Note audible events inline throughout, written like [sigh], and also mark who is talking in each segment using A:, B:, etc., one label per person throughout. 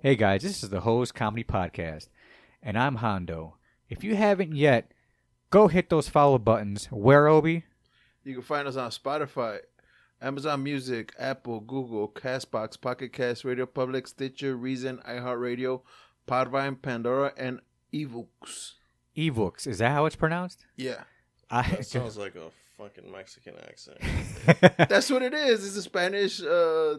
A: Hey guys, this is the Hose Comedy Podcast, and I'm Hondo. If you haven't yet, go hit those follow buttons. Where Obi?
B: You can find us on Spotify, Amazon Music, Apple, Google, Castbox, Pocket Cast, Radio Public, Stitcher, Reason, iHeartRadio, Podvine, Pandora, and Evooks.
A: Evooks. Is that how it's pronounced?
B: Yeah.
A: I, [laughs]
C: That sounds like a fucking Mexican accent.
B: [laughs] That's what it is. It's a Spanish uh,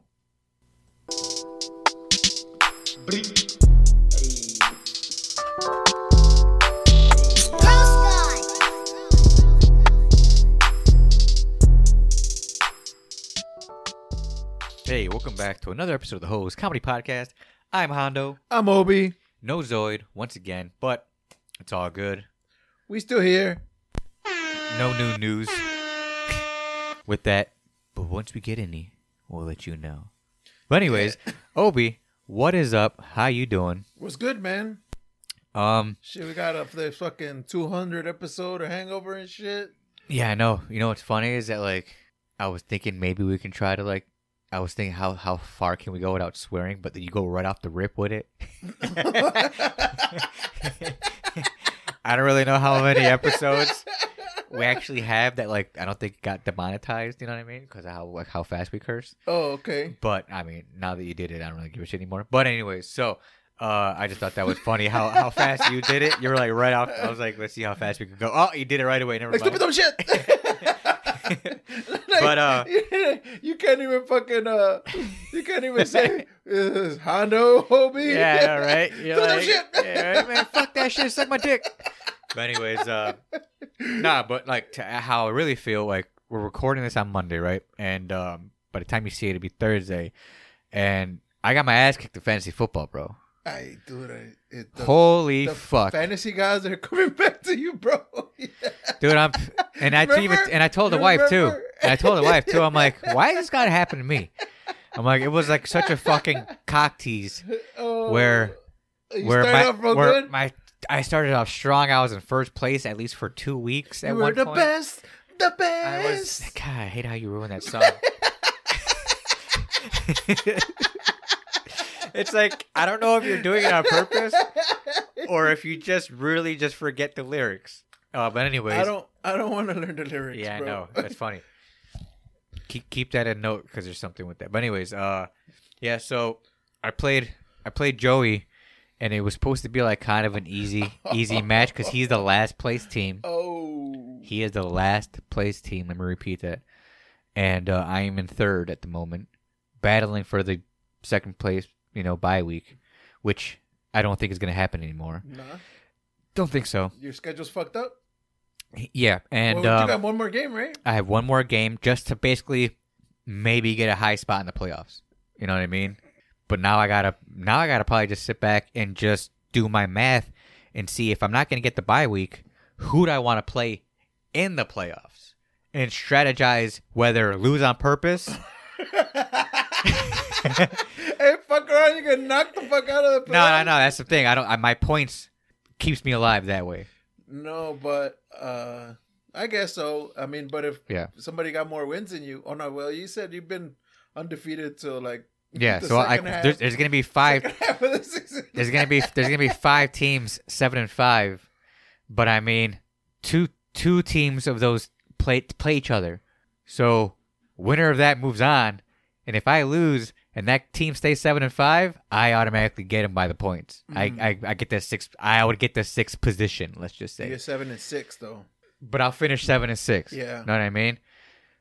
A: hey welcome back to another episode of the hose comedy podcast i'm hondo
B: I'm Obi.
A: No Zoid once again, but it's all good.
B: We still here.
A: No new news [laughs] with that, but once we get any, we'll let you know. But anyways, Obi, what is up? How you doing?
B: What's good, man?
A: Um,
B: Shit, we got up for the fucking 200 episode of Hangover and shit.
A: yeah, I know. You know what's funny is that like I was thinking maybe we can try to like I was thinking how how far can we go without swearing, but then you go right off the rip with it. [laughs] I don't really know how many episodes we actually have that like I don't think got demonetized. You know what I mean? Because how like how fast we curse.
B: Oh, okay.
A: But I mean, now that you did it, I don't really give a shit anymore. But anyways, so uh, I just thought that was funny how how fast you did it. You were like right off. I was like, let's see how fast we can go. Oh, you did it right away. Never
B: Like
A: mind.
B: stupid dumb shit. Like,
A: [laughs] But,
B: [laughs]
A: uh,
B: you can't even fucking uh, you can't even say uh, Hondo Hobie. [laughs]
A: Yeah, all right.
B: Stupid
A: You're
B: dumb
A: like,
B: shit. [laughs]
A: yeah, right, man, fuck that shit. Suck my dick. But anyways, uh, nah, but like to how I really feel like we're recording this on Monday, right? And um, by the time you see it, it'll be Thursday, and I got my ass kicked in fantasy football, bro.
B: I dude, I, it, the,
A: Holy
B: the
A: fuck,
B: fantasy guys are [laughs] coming back to you, bro. [laughs] Yeah.
A: dude! I'm and I even
B: Remember?
A: and I told the
B: You
A: wife too.
B: remember?
A: And I told the wife too. I'm like, why does this gotta happen to me? I'm like, it was like such a fucking cock tease
B: Oh,
A: where
B: you
A: where
B: start
A: my,
B: off real
A: where
B: good.
A: my I started off strong. I was in first place at least for two weeks. At
B: you
A: one
B: were the
A: point.
B: best, the
A: I was.
B: best.
A: God, I hate how you ruined that
B: [laughs]
A: song. it's like I don't know if you're doing it on purpose or if you just really just forget the lyrics. Uh, but anyways,
B: I don't. I don't want to learn the lyrics.
A: yeah,
B: bro.
A: I
B: [laughs]
A: know. That's funny. keep keep that in note because there's something with that. But anyways, uh, yeah. So I played I played Joey, and it was supposed to be like kind of an easy
B: [laughs]
A: easy match because he's the last place team.
B: Oh,
A: He is the last place team. Let me repeat that. And uh, I am in third at the moment, battling for the second place. You know, bye week, which I don't think is going to happen anymore.
B: nah.
A: Don't think so.
B: Your schedule's fucked up.
A: Yeah, and
B: well,
A: um,
B: you got one more game, right?
A: I have one more game just to basically maybe get a high spot in the playoffs. You know what I mean? But now I gotta now I gotta probably just sit back and just do my math and see if I'm not gonna get the bye week, who do I want to play in the playoffs? And strategize whether lose on
B: [laughs]
A: purpose.
B: hey, fuck around, you can knock the fuck out of
A: [laughs]
B: the
A: no, no, no. That's the thing. I don't. I, my points keeps me alive that way.
B: No, but uh I guess so. I mean, but if
A: Yeah.
B: somebody got more wins than you, oh no, well, you said you've been undefeated till like [laughs]
A: Yeah.
B: The
A: so I,
B: second half-
A: there's, there's gonna be five.
B: half of
A: [laughs]
B: the season.
A: there's gonna be there's gonna be five teams, seven and five, but I mean, two two teams of those play play each other. So winner of that moves on, and if I lose and that team stays seven and five, I automatically get them by the points. I, I I get the six. I would get the sixth position. Let's just say
B: You're seven and six though.
A: but I'll finish seven and six.
B: Yeah.
A: know what I mean.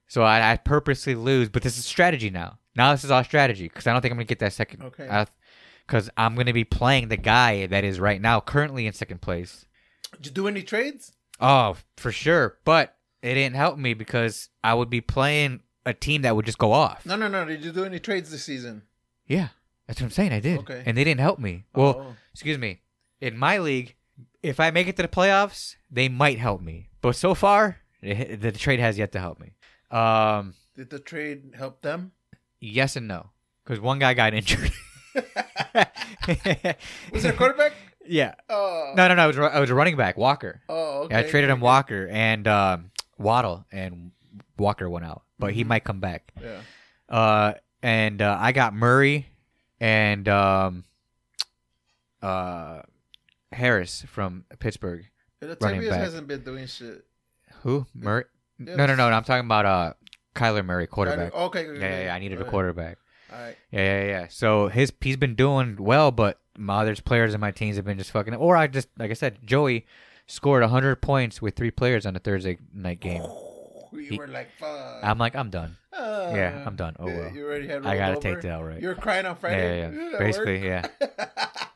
A: So I, I purposely lose, but this is strategy now. Now this is all strategy because I don't think I'm gonna get that second.
B: Okay.
A: Because I'm gonna be playing the guy that is right now currently in second place.
B: Did you do any trades?
A: Oh, for sure. But it didn't help me because I would be playing a team that would just go off.
B: No, no, no. Did you do any trades this season?
A: Yeah, that's what I'm saying. I did.
B: Okay.
A: And they didn't help me. Well,
B: Oh.
A: excuse me. in my league, if I make it to the playoffs, they might help me. But so far, the trade has yet to help me. Um,
B: Did the trade help
A: [laughs]
B: them?
A: yes and no, because one guy got [laughs] injured.
B: [laughs] Was it a quarterback?
A: [laughs] yeah.
B: Oh,
A: No, no, no. It was, a- it was a running back, Walker.
B: oh okay.
A: Yeah, I traded him Walker and um, Waddle, and Walker went out, but he might come back.
B: Yeah.
A: Uh, and uh, I got Murray and um, uh, Harris from Pittsburgh.
B: And
A: Running
B: Latavius
A: back.
B: hasn't been doing shit.
A: Who Murray?
B: Yeah,
A: No, no,
B: that's-
A: no. no, I'm talking about uh, Kyler Murray, quarterback.
B: Okay.
A: Yeah, yeah, yeah, I needed a quarterback.
B: All right.
A: Yeah, yeah, yeah. So his he's been doing well, but my other players in my teams have been just fucking. Or I just like I said, Joey scored 100 points with three players on the Thursday night [sighs] game.
B: We
A: He-
B: Oh, were like, fuck.
A: I'm like, I'm done.
B: Ah.
A: yeah, I'm done. Oh
B: Yeah,
A: well.
B: You already had.
A: I gotta
B: rolled
A: take
B: over?
A: that out right.
B: You were crying on
A: yeah, yeah,
B: Friday.
A: yeah.
B: at work.
A: Basically,
B: [laughs]
A: yeah.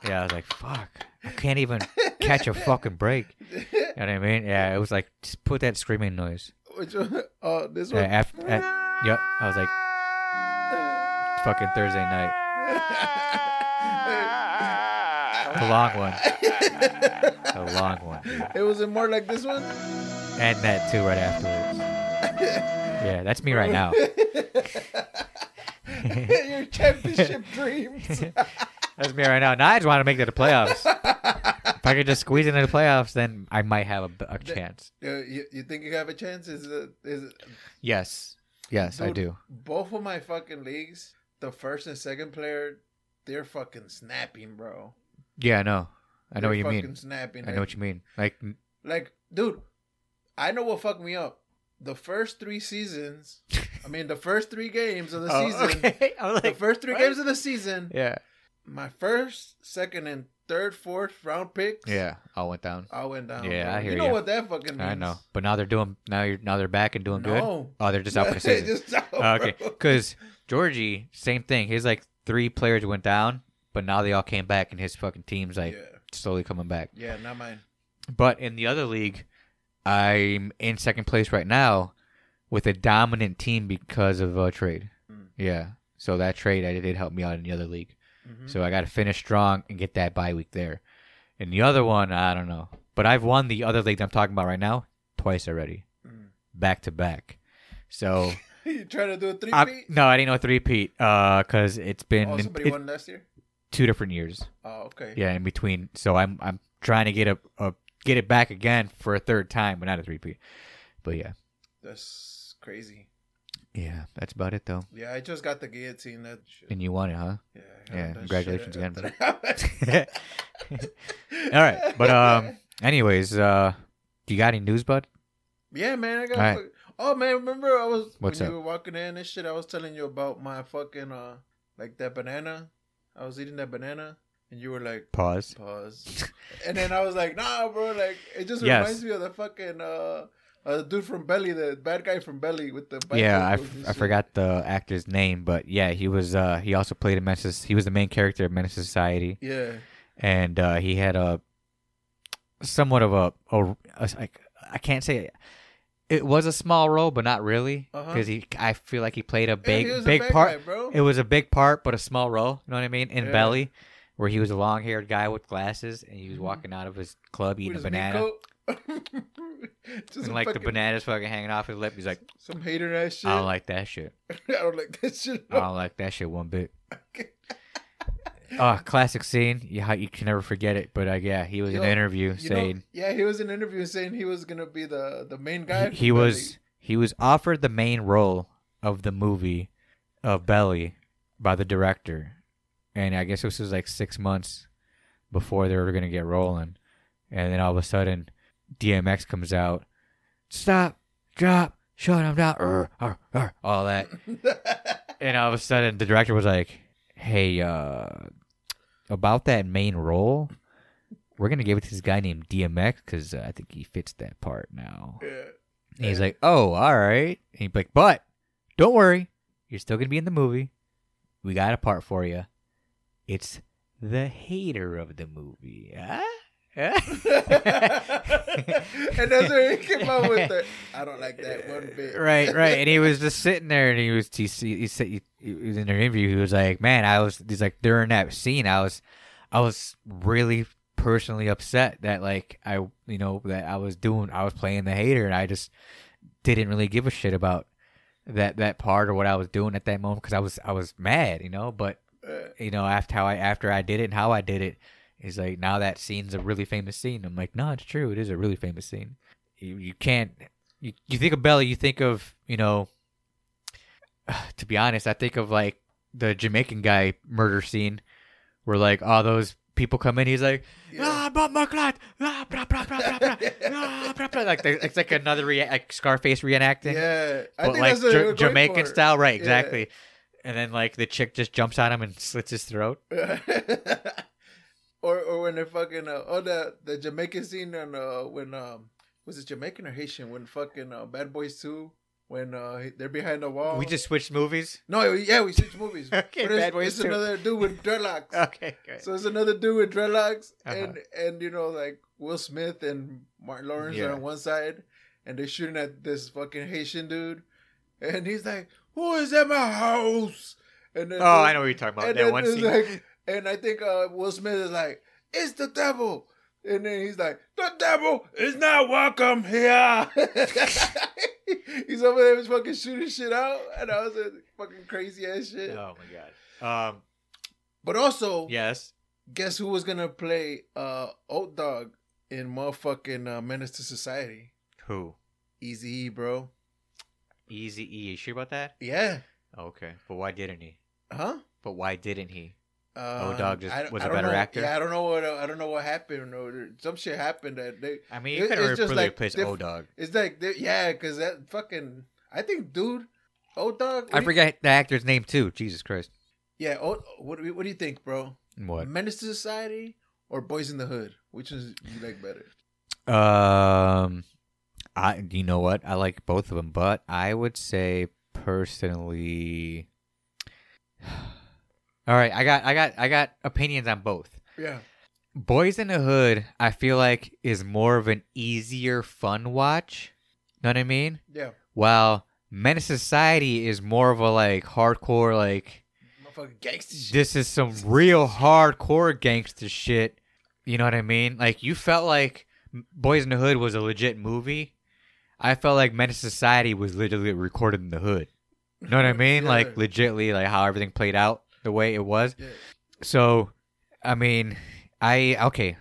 A: Yeah, I was like, fuck. I can't even catch a fucking
B: [laughs]
A: break. You know what I mean? Yeah, it was like, just put that screaming noise.
B: Which one? [laughs] Oh, this
A: Yeah,
B: one.
A: after, yep, I was like, fucking Thursday
B: [laughs]
A: night. The long one. The long one. dude.
B: it wasn't more like this one.
A: And that too right afterwards. Yeah, that's me right now.
B: [laughs] Your
A: [laughs]
B: championship dreams.
A: That's me right now. And I just want to make it to the [laughs] playoffs. If I could just squeeze into the playoffs, then I might have a, a chance.
B: Uh, you, you think you have a chance? Is it, is it,
A: Yes. Yes, I
B: Dude,
A: do.
B: both of my fucking leagues? The first and second player, they're fucking snapping, bro.
A: Yeah, I know. I know
B: They're
A: what you
B: fucking
A: mean.
B: Snapping.
A: I know what you mean. Like,
B: Like, dude, I know what fucked me up. The first three seasons, I mean, the first three
A: [laughs]
B: games of the season,
A: I was [laughs]
B: the first three
A: Oh, what?
B: games of the season,
A: yeah.
B: my first, second, and third, fourth round picks,
A: Yeah, all went down.
B: I went down.
A: Yeah, I hear
B: You know
A: ya.
B: what that fucking means?
A: I know. But now they're doing. Now you're now they're back and doing good.
B: No.
A: Oh, they're just
B: [laughs]
A: out for the season.
B: Just out,
A: Oh, okay,
B: bro.
A: because Georgie, same thing. His like three players went down, but now they all came back, and his fucking team's like
B: Yeah,
A: slowly coming back.
B: yeah, not mine.
A: But in the other league, I'm in second place right now with a dominant team because of a trade.
B: Mm.
A: Yeah, so that trade I did help me out in the other league.
B: Mhm.
A: So I got to finish strong and get that bye week there. And the other one, I don't know. But I've won the other league that I'm talking about right now twice already,
B: Mm. [laughs]
A: back to back. So
B: you trying to do a three
A: I,
B: feet?
A: no, I didn't know three Pete because it's been
B: Oh,
A: in-
B: somebody
A: it-
B: won last year.
A: two different years.
B: Oh, okay.
A: Yeah, in between. So I'm I'm trying to get a, a get it back again for a third time, but not a three Pete. But yeah,
B: That's crazy.
A: yeah, that's about it though.
B: Yeah, I just got the guillotine. That shit.
A: And you won it, huh?
B: Yeah,
A: Yeah, congratulations
B: [laughs]
A: again.
B: again.
A: [laughs] All right, but um, anyways, uh, you got any news, bud?
B: yeah, man, I got.
A: All right.
B: fuck- Oh man, remember I was
A: What's
B: when
A: up?
B: you were walking in and shit. I was telling you about my fucking uh, like that banana. I was eating that banana, and you were like,
A: Pause. [laughs]
B: pause. and then I was like, nah, bro, like it just
A: Yes.
B: reminds me of the fucking uh, uh, dude from Belly, the bad guy from Belly with the
A: yeah, I,
B: bicycles
A: f-
B: and
A: I
B: shit.
A: forgot the actor's name, but yeah, he was uh he also played in Menace. He was the main character of Menace Society,
B: Yeah,
A: and uh he had a somewhat of a, a, a like I can't say it was a small role, but not really
B: Uh-huh.
A: because he I feel like he played a
B: Yeah,
A: big
B: he was a
A: big
B: bad
A: part.
B: guy, bro.
A: It was a big part, but a small role. You know what I mean? In
B: Yeah.
A: Belly, where he was a long haired guy with glasses, and he was
B: Mhm.
A: walking out of his club eating a
B: With his meat
A: banana,
B: coat. [laughs] Just
A: and
B: some
A: like the
B: fucking-
A: bananas fucking hanging off his lip. He's like,
B: Some hater ass shit.
A: I don't like that shit.
B: [laughs] I don't like that shit.
A: I don't like that shit one bit. Oh, classic scene. You, how- you can never forget it. But uh, yeah, he was in
B: Yo,
A: an interview
B: You know-
A: saying
B: yeah, he was in an interview saying he was gonna be the the main guy.
A: he,
B: for
A: he
B: Belly.
A: was he was offered the main role of the movie of Belly by the director, and I guess this was like six months before they were gonna get rolling, and then all of a sudden, DMX comes out, stop, drop, shut him down, er, er, er," all that, and all of a sudden the director was like, "Hey, uh, about that main role, we're gonna give it to this guy named DMX because uh, I think he fits that part now."
B: Yeah.
A: And he's like, "Oh, all right." And he's like, "But don't worry, you're still gonna be in the movie. We got a part for you. It's the hater of the movie, huh?
B: [laughs]
A: Huh?"
B: [laughs] and that's where he came up
A: [laughs]
B: with it. I don't like that one bit.
A: Right, right. And he was just sitting there, and he was he, he said he, he was in an interview. He was like, "Man, I was." He's like, during that scene, I was, I was really personally upset that like I you know that I was doing I was playing the hater and I just didn't really give a shit about that that part or what I was doing at that moment because I was I was mad you know but
B: Uh,
A: you know after how I after I did it and how I did it he's like now that scene's a really famous scene I'm like no it's true it is a really famous scene you, you can't you, you think of Bella you think of you know [sighs] to be honest I think of like the Jamaican guy murder scene where like all those people come in he's like
B: [laughs] yeah.
A: Ah, blah, blah, blah, ah, blah, blah, blah, blah,
B: [laughs]
A: blah, ah, blah, blah. Like the- it's like another rea- like Scarface reenacting,
B: Yeah. I
A: but
B: think
A: like
B: that's a
A: Ja-
B: great
A: Jamaican
B: part.
A: style, right?
B: Yeah.
A: Exactly. And then like the chick just jumps on him and slits his throat.
B: [laughs] or or when they're fucking uh, oh the the Jamaican scene and uh when um was it Jamaican or Haitian when fucking uh, Bad Boys Two when uh they're behind the wall.
A: We just switched movies. [laughs]
B: no yeah we switched movies.
A: Okay,
B: But it's-
A: Bad Boys
B: It's
A: 2.
B: another dude
A: [laughs]
B: with dreadlocks.
A: Okay, good.
B: So it's another dude with dreadlocks,
A: Uh-huh.
B: and and you know like Will Smith and Martin Lawrence
A: Yeah.
B: are on one side, and they're shooting at this fucking Haitian dude, and he's like, "Who is at my house?" And then
A: oh, I know what you're talking about.
B: And
A: That
B: then
A: one
B: it's
A: scene.
B: like, and I think uh, Will Smith is like, "It's the devil," and then he's like, "The devil is not welcome here." [laughs] he's over there fucking shooting shit out, and I was like, fucking crazy ass shit.
A: oh my god. Um.
B: But also,
A: Yes.
B: guess who was gonna play uh old dog in motherfucking uh, menace to society
A: Who?
B: easy e bro
A: Easy E. You sure about that?
B: yeah
A: Okay, but why didn't he?
B: huh
A: But why didn't he?
B: uh,
A: Dog just was a
B: don't
A: better
B: know-
A: actor?
B: yeah i don't know what uh, i don't know what happened or some shit happened that they
A: I mean, you
B: It-
A: could
B: it's
A: have
B: just
A: really
B: like
A: replaced
B: diff-
A: O Dog.
B: it's like they, yeah because that fucking i think dude old dog
A: I
B: what do you-
A: forget the actor's name too. Jesus Christ.
B: yeah old, what, do you- what do you think bro
A: What?
B: menace to society or boys in the hood which is you like better
A: Um, I you know what I like both of them, but I would say personally, [sighs] all right, I got I got I got opinions on both.
B: yeah
A: Boys in the Hood, I feel like is more of an easier fun watch. Know what I mean?
B: yeah
A: While Men in Society is more of a like hardcore like
B: motherfucking gangster shit.
A: this is some real hardcore gangster shit. You know what I mean? Like you felt like Boys in the Hood was a legit movie. I felt like Menace to Society was literally recorded in the hood. You
B: [laughs]
A: know what I mean?
B: Yeah.
A: Like legitly, like how everything played out the way it was.
B: yeah.
A: So, I mean, I okay,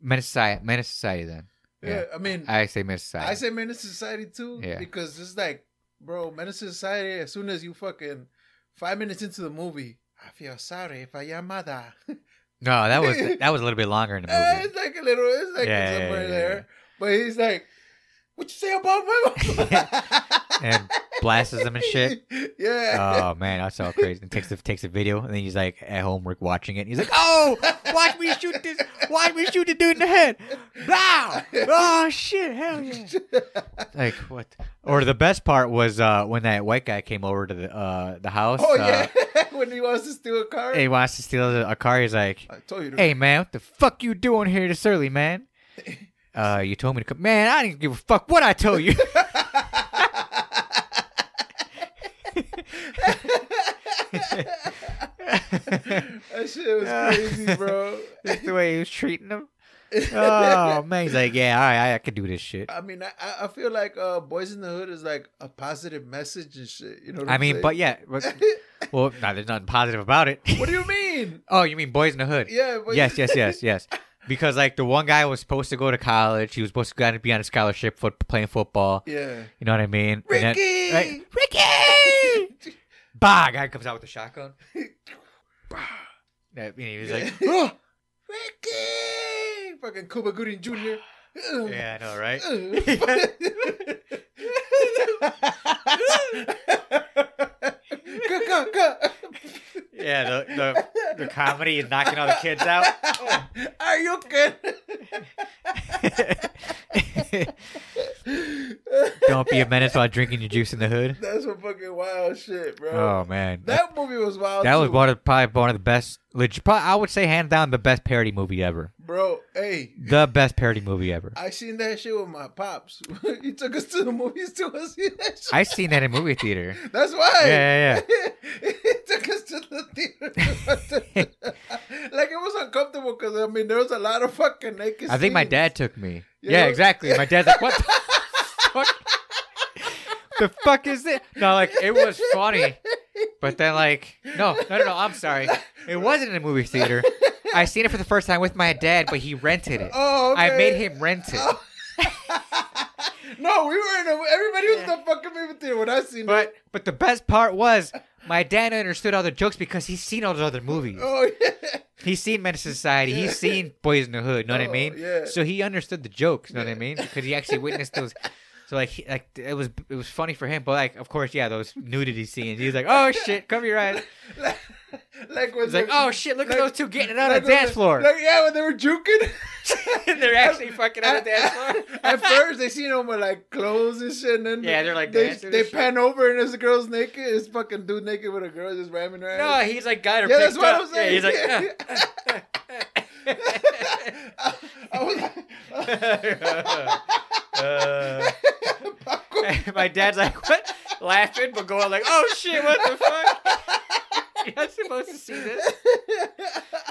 A: Menace to Society, Menace to Society. Then
B: yeah
A: Yeah.
B: i mean
A: I say Menace to Society.
B: I say menace to society too,
A: Yeah.
B: because it's like, bro, menace to society. As soon as you fucking five minutes into the movie, I feel sorry for your mother.
A: [laughs] no, that
B: [laughs]
A: was that was a little bit longer in the
B: Eh,
A: movie.
B: it's like a little, it's like
A: Yeah, yeah,
B: somewhere
A: yeah,
B: there.
A: yeah.
B: But he's like, what you say about my
A: [laughs] And blasts him and
B: [laughs]
A: shit.
B: Yeah.
A: oh man, that's all crazy. And takes the takes a video, and then he's like at home work watching it. And he's like, "Oh, watch me shoot this! Watch me shoot the dude in the head!" Wow! Oh shit! Hell
B: [laughs]
A: yeah! Like what? Or the best part was uh, when that white guy came over to the uh, the house.
B: oh
A: uh,
B: yeah. [laughs] when he wants to steal a car.
A: and He wants to steal a, a car. He's like,
B: I told you. To,
A: "Hey man, what the fuck you doing here this early, [laughs] man? Uh, you told me to come. Man, I didn't give a fuck what I told [laughs] you."
B: [laughs] that shit was
A: Yeah. [laughs]
B: crazy, bro.
A: That's the way he was treating him. Oh man, he's like, "Yeah, all right, I, I could do this shit."
B: I mean, I, I- I feel like uh, Boys in the Hood is like a positive message and shit. You know what
A: I
B: I'm
A: mean,
B: saying?
A: but yeah, [laughs] but-
B: [laughs]
A: well, no, there's nothing positive about it.
B: what do you mean?
A: [laughs] oh, you mean Boys in the Hood?
B: Yeah. But
A: Yes, yes, yes, yes. Because like the one guy was supposed to go to college, he was supposed to go out and be on a scholarship for playing football.
B: [laughs] Yeah.
A: You know what I mean? And then-
B: Ricky!
A: right? Ricky! [laughs] Bah, guy comes out with a shotgun. [laughs] Yeah, And he was
B: [laughs]
A: like,
B: oh, Ricky! Fucking Cuba Gooding Jr.
A: [laughs]
B: Ugh. [laughs]
A: "Yeah, I know, right?"
B: Are
A: Yeah, the the, the comedy is knocking all the kids
B: [laughs]
A: out. [laughs]
B: you good?
A: Don't be a menace while drinking your juice in the hood.
B: That's some fucking wild shit, bro.
A: Oh man,
B: That movie was wild.
A: That was
B: too.
A: one of probably one of the best. Legit, probably, I would say hands down the best parody movie ever.
B: bro. Hey,
A: The best parody movie ever.
B: I seen that shit with my pops. [laughs] he took us to the movies to go see that shit.
A: I seen that in movie theater.
B: That's why. [laughs]
A: Yeah, yeah,
B: he took us to to the theater. [laughs] like it was uncomfortable because I mean there was a lot of fucking naked.
A: I think my
B: scenes.
A: dad took me.
B: You
A: yeah,
B: know-
A: exactly. My dad's like, what the fuck? [laughs] The fuck is it? No, like it was funny, but then like no, no, no, no. I'm sorry. It wasn't in a movie theater. I seen it for the first time with my dad, but he rented it.
B: Oh, okay. Oh.
A: I made him rent it.
B: no, we were in a. Everybody was in the fucking movie theater when I seen
A: But
B: it.
A: but the best part was my dad understood all the jokes because he's seen all the other movies.
B: Oh yeah. [laughs]
A: He's seen Menace to Society. He's seen Boys in the Hood. Know what I
B: Oh,
A: mean?
B: yeah.
A: So he understood the jokes. Know what I mean? Because he actually witnessed those. So like, he, like it was it was funny for him, but like of course, yeah, those nudity scenes. He's like, oh shit, cover your
B: [laughs]
A: eyes.
B: like, like when
A: He's like,
B: they-
A: oh shit, look
B: like-
A: at those two getting it on
B: like
A: the
B: when
A: dance
B: they-
A: floor.
B: Like, yeah, when they were juking.
A: [laughs] They're
B: [laughs]
A: actually fucking on the
B: At,
A: dance floor.
B: [laughs] at first, they seen him with like clothes and shit, and then
A: Yeah, they're, like,
B: they,
A: dancing
B: they
A: and shit.
B: pan over and there's a girl's naked. It's fucking dude naked with a girl just ramming her.
A: no,
B: ass.
A: he's like got her
B: yeah,
A: picked
B: that's what
A: up.
B: I'm saying.
A: Yeah, he's like.
B: Yeah.
A: "Uh,
B: I, [laughs] I was
A: [laughs]
B: like,
A: uh." Uh. [laughs] my dad's like, what? Laughing, but going like, oh shit, what the fuck? [laughs] You're not supposed to see this.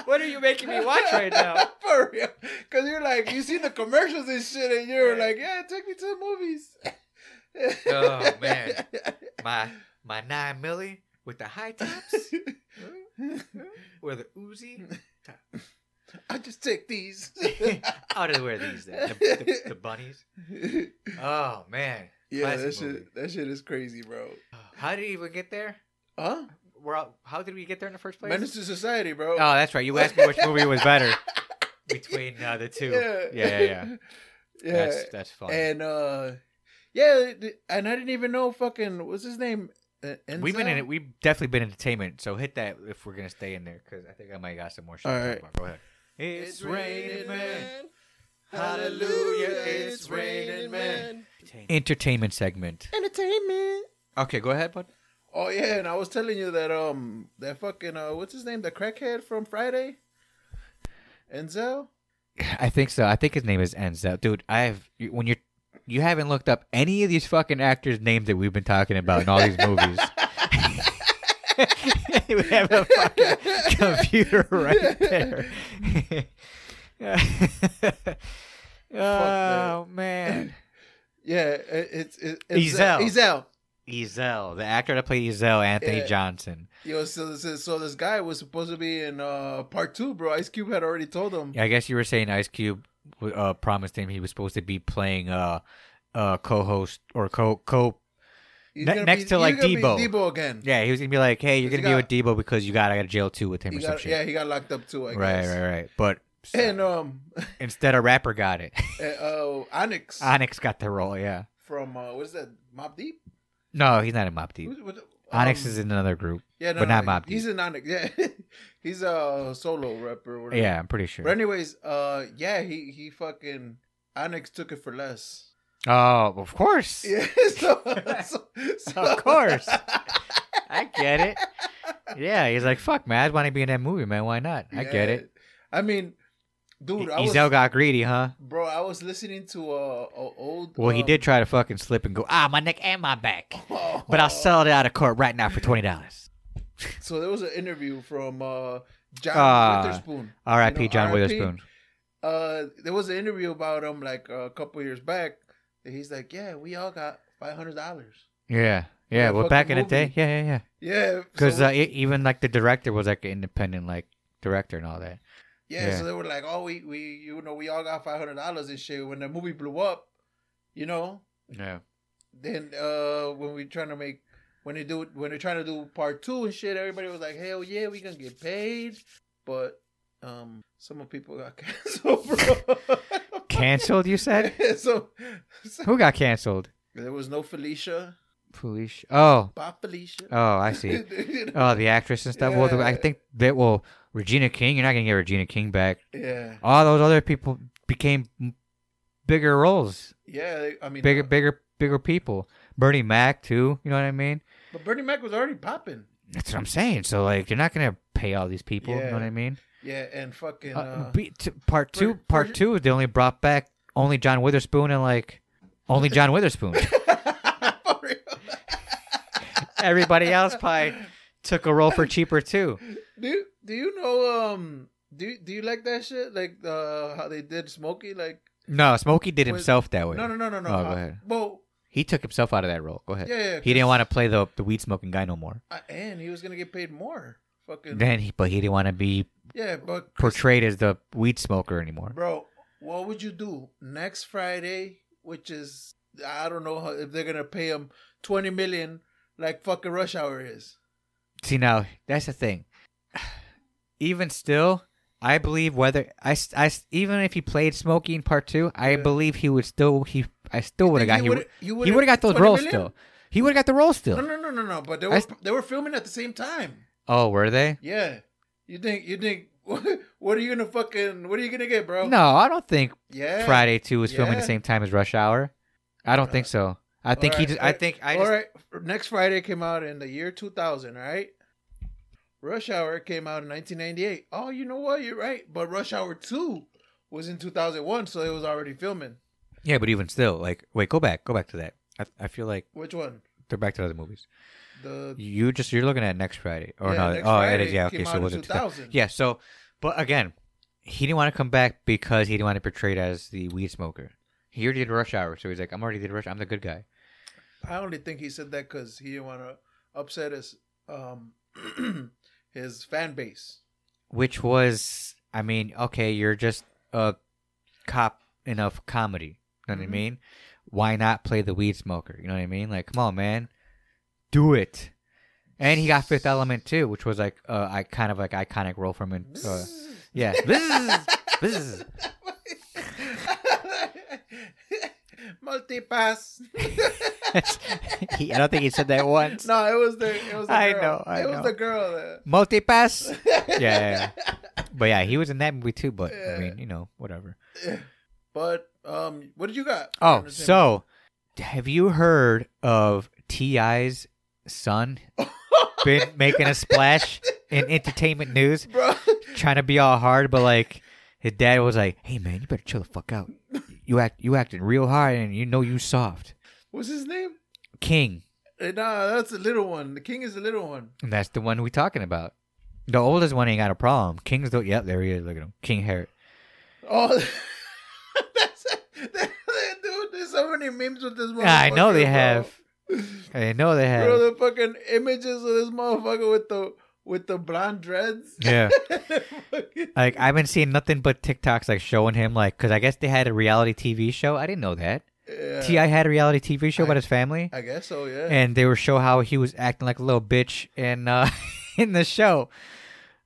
A: What are you making me watch right now?
B: [laughs] For real, because you're like you see the commercials and shit, and you're like, yeah, take me to the movies.
A: Oh, man. My my nine milli with the high tops,
B: [laughs]
A: or the Uzi.
B: [laughs] I just take
A: [laughs]
B: these. [laughs]
A: How do they wear these? Then? The, the, the bunnies. Oh man,
B: yeah,
A: Classic
B: that
A: movie.
B: shit, that shit is crazy, bro.
A: how did he even get there?
B: Huh?
A: We're all, how did we get there in the first place?
B: Menace to society, bro.
A: oh, that's right. You asked me which movie was better
B: [laughs]
A: between uh, the two. Yeah, yeah, yeah.
B: Yeah.
A: That's that's fun.
B: and uh, yeah, th- and I didn't even know fucking what's his name. Uh,
A: We've been
B: Enzo?
A: in it. We've definitely been entertainment. So hit that if we're gonna stay in there, because I think I might got some more shit.
B: All
A: to
B: right.
A: talk about. Go ahead. It's raining man.
B: Hallelujah, it's raining man.
A: Entertainment segment.
B: Entertainment.
A: Okay, go ahead, bud.
B: Oh yeah, and I was telling you that um that fucking uh what's his name the crackhead from Friday, Enzo.
A: I think so. I think his name is Enzo, dude. I have when you're you haven't looked up any of these fucking actors' names that we've been talking about in all these [laughs] movies. we have a fucking [laughs] computer right there. [laughs] oh man.
B: Yeah, it, it's it,
A: Enzo.
B: Enzo.
A: Ezel, the actor that played Ezel, Anthony
B: Yeah.
A: Johnson.
B: Yo, so this is, so this guy was supposed to be in uh part two, bro. Ice Cube had already told him.
A: Yeah, I guess you were saying Ice Cube uh, promised him he was supposed to be playing uh, uh, co-host or co co.
B: He's
A: Ne-
B: gonna
A: next
B: be-
A: to,
B: he's
A: like,
B: gonna be
A: Debo.
B: Debo again.
A: Yeah, he was gonna be like, "Hey, you're
B: He
A: gonna be with Debo because you got out of jail too with him
B: He
A: or some
B: got,
A: shit."
B: yeah, he got locked up too. I
A: right,
B: guess.
A: right, right. But
B: And um, [laughs]
A: instead, a rapper got it. [laughs]
B: uh, Onyx
A: Onyx got the role. Yeah.
B: from uh, what is that? Mob Deep.
A: No, he's not in Mop Deep.
B: Who's- what-
A: Onyx
B: um,
A: is in another group.
B: yeah, no,
A: but
B: no,
A: not Mobb
B: He's an Onyx. Yeah, [laughs] he's a solo rapper. Or whatever.
A: Yeah, I'm pretty sure.
B: But anyways, uh, yeah, he he fucking Onyx took it for less. [laughs]
A: oh, of course.
B: Yeah,
A: [laughs]
B: so, so, so-
A: Of
B: [laughs]
A: course. I get it. Yeah, he's like, "Fuck, man, I want to be in that movie, man. Why not? I get
B: Yeah.
A: it." E,
B: I mean, dude, I was,
A: Ezel got greedy, huh?
B: bro, I was listening to uh, a old.
A: Well, he
B: um,
A: did try to fucking slip and go, ah, my neck and my back.
B: [laughs] oh,
A: But I'll sell it out of court right now for twenty dollars.
B: So there was an interview from uh, John
A: Ah.
B: Witherspoon.
A: R.I.P.
B: You know,
A: John
B: R.I.P..
A: Witherspoon.
B: Uh, there was an interview about him like a couple years back. And he's like, "Yeah, we all got five hundred dollars."
A: Yeah,
B: Yeah,
A: yeah. well, back
B: fucking
A: in the day,
B: movie.
A: yeah, yeah, yeah.
B: Yeah,
A: Because
B: so,
A: uh, e- even like the director was like an independent like director and all that.
B: yeah,
A: yeah.
B: so they were like, "Oh, we we you know we all got five hundred dollars and shit." When the movie blew up, you know,
A: Yeah.
B: then uh when we trying to make when they do when they're trying to do part two and shit, everybody was like, "Hell yeah, we gonna get paid," but um, some of people got [laughs] canceled, bro. [laughs]
A: Cancelled? You said?
B: so, so
A: Who got canceled?
B: there was no Felicia,
A: Police. Oh,
B: Bob Felicia.
A: oh, I see.
B: [laughs] You know?
A: Oh, the actress and stuff. Well, the- I
B: Yeah.
A: think that well, Regina King. You're not gonna get Regina King back.
B: yeah,
A: All those other people became bigger roles.
B: yeah. they- I mean,
A: bigger,
B: uh,
A: bigger, bigger people. Bernie Mac too. You know what I mean?
B: but Bernie Mac was already popping.
A: That's what I'm saying. So like, you're not gonna pay all these people. You
B: Yeah.
A: know what I mean?
B: Yeah, and fucking.
A: Uh,
B: uh,
A: be- t- part
B: for-
A: two,
B: for
A: part
B: sure.
A: two, they only brought back only John Witherspoon and like only John
B: [laughs]
A: Witherspoon.
B: uh, For real.
A: Everybody else probably took a roll for cheaper too.
B: Do do you know um do do you like that shit? Like uh how they did Smokey like
A: No, Smokey did
B: Wait,
A: himself that way.
B: No no no no no.
A: Oh,
B: uh,
A: go ahead.
B: Well,
A: He took himself out of that role. Go ahead.
B: yeah, yeah.
A: he didn't want to play the the weed smoking guy no more.
B: to and he was going to get paid more. Fucking
A: Then he, but he didn't want to be
B: Yeah, but
A: portrayed as the weed smoker anymore.
B: Bro, what would you do next Friday, which is I don't know how, if they're gonna pay him twenty million like fucking rush hour is.
A: See now, that's the thing. [sighs] Even still, I believe whether I, s- I s- even if he played Smokey in part two, I
B: Yeah.
A: believe he would still he I still would have got he would
B: you
A: he would have got those
B: 20
A: roles
B: million?
A: still. He would have got the roles still.
B: No, no, no, no, no. But they
A: I
B: were
A: s-
B: they were filming at the same time.
A: Oh, were they?
B: Yeah, you think you think [laughs] what are you gonna fucking what are you gonna get, bro?
A: No, I don't think
B: Yeah.
A: Friday Two was filming the
B: Eh, Yeah.
A: same time as Rush Hour. I don't think so. I think he
B: Alright,
A: just. I
B: alright,
A: think I
B: All
A: just.
B: right. Next Friday came out in the year 2000, right? Rush Hour came out in 1998. Oh, you know what? You're right. But Rush Hour 2 was in 2001, so it was already filming.
A: Yeah, but even still, like, wait, go back, go back to that. I, I feel like
B: Which one?
A: they're back to other movies.
B: The
A: You just you're looking at next Friday or
B: Yeah,
A: no?
B: Next
A: oh, it
B: Friday
A: is. Yeah,
B: came
A: okay.
B: out
A: So
B: in
A: it wasn't.
B: 2000.
A: Yeah. So, but again, he didn't want to come back because he didn't want to be portrayed as the weed smoker. He already did Rush Hour, so he's like, I'm already did Rush. I'm the good guy.
B: I only think he said that because he didn't want to upset his um [clears throat] his fan base.
A: Which was, I mean, okay, you're just a cop in a comedy. You know what I
B: Mhm.
A: mean? Why not play the weed smoker? You know what I mean? Like, come on, man, do it. And he got Fifth Element too, which was like uh, I kind of like iconic role from him. Uh, yeah. [laughs]
B: [laughs]
A: Bzzz.
B: Multipass.
A: He- I don't think he said that once.
B: No, it was the it was the
A: I
B: girl.
A: know, I
B: it
A: know.
B: was the girl. That, [laughs]
A: Multipass. Yeah, yeah, yeah. But yeah, he was in that movie too. But I
B: Yeah.
A: mean, you know, whatever.
B: But um, what did you got? for
A: Oh,
B: entertainment? [laughs]
A: so have you heard of Ti's son been making a splash in entertainment news,
B: bro,
A: trying to be all hard, but like his dad was like, "Hey, man, you better chill the fuck out. You act, you acting real hard, and you know you soft."
B: what's his name?
A: King,
B: Eh, Nah, that's the little one. The king is the little one.
A: and that's the one we talking about. The oldest one ain't got a problem. King's the yep, there he is. Look at him, King Harry.
B: Oh, [laughs] that's that, dude. There's so many memes with this.
A: Yeah, I know
B: motherfucker,
A: they
B: [laughs] bro.
A: have. I know they have.
B: Bro, the fucking images of this motherfucker with the with the blonde dreads. [laughs]
A: Yeah.
B: Fucking-
A: Like I've been seeing nothing but TikToks like showing him like because I guess they had a reality TV show. I didn't know that.
B: yeah.
A: Ti had a reality TV show
B: I-
A: about his family,
B: I guess so. Yeah.
A: and they were show how he was acting like a little bitch in uh, [laughs] in the show,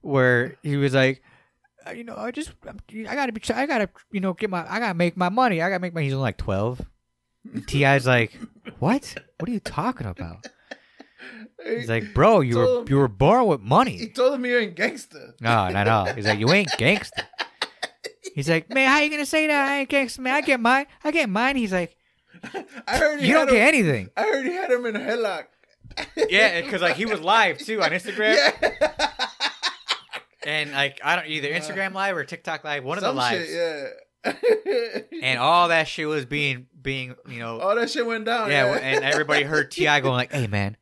A: where he was like, "Uh, you know, I just I'm- I gotta be I gotta you know get my I gotta make my money. I gotta make my. He's only like twelve. Ti's like, what? What are you talking about? He's like, bro, you were
B: Told him-
A: you were born with money.
B: he told him you're in gangster.
A: No, not at all. He's like, you ain't gangster. He's like, man, how you gonna say that? I ain't gangster, man. I get mine. I get mine. He's like,
B: I already
A: you don't
B: had him,
A: get anything.
B: I already had him in a headlock.
A: Yeah, because like he
B: [laughs]
A: was live too on Instagram,
B: yeah.
A: and like I don't either Instagram live or TikTok live, one of the
B: Uh, Some
A: lives,
B: Shit, yeah.
A: and all that shit was being being you know
B: [laughs] all that shit went down.
A: yeah,
B: Oh, Yeah,
A: and everybody heard
B: [laughs]
A: Ti going like, hey man,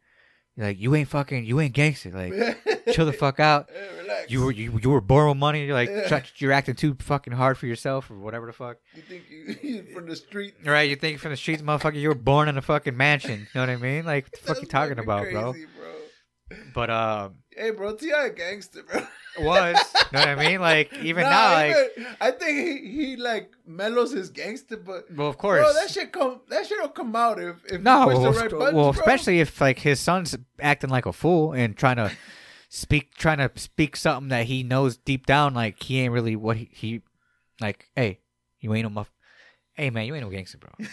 A: like you ain't fucking, you ain't gangster, like chill
B: [laughs]
A: the fuck out.
B: Yeah, relax.
A: You were you, you were born with money. You're like
B: Yeah.
A: shut- you're acting too fucking hard for yourself or whatever the fuck.
B: You think you [laughs] you from the street?
A: Right, you think from the streets, motherfucker, you were born in a fucking mansion. You know what I mean? Like, what the fuck you
B: That's
A: talking
B: fucking
A: about, bro?
B: crazy,
A: But um,
B: Hey, bro, Ti a gangster, bro. [laughs]
A: was you know what I mean? Like even
B: Nah,
A: now, like
B: even- I think he, he like mellows his gangster, but
A: well, of course,
B: bro, that shit come that shit will come out if if
A: no,
B: you push
A: well,
B: the right
A: well,
B: buttons, bro.
A: especially if like his son's acting like a fool and trying to speak, trying to speak something that he knows deep down, like he ain't really what he, he like. Hey, you ain't no muff. Hey man, you ain't no gangster,
B: [laughs]
A: bro. You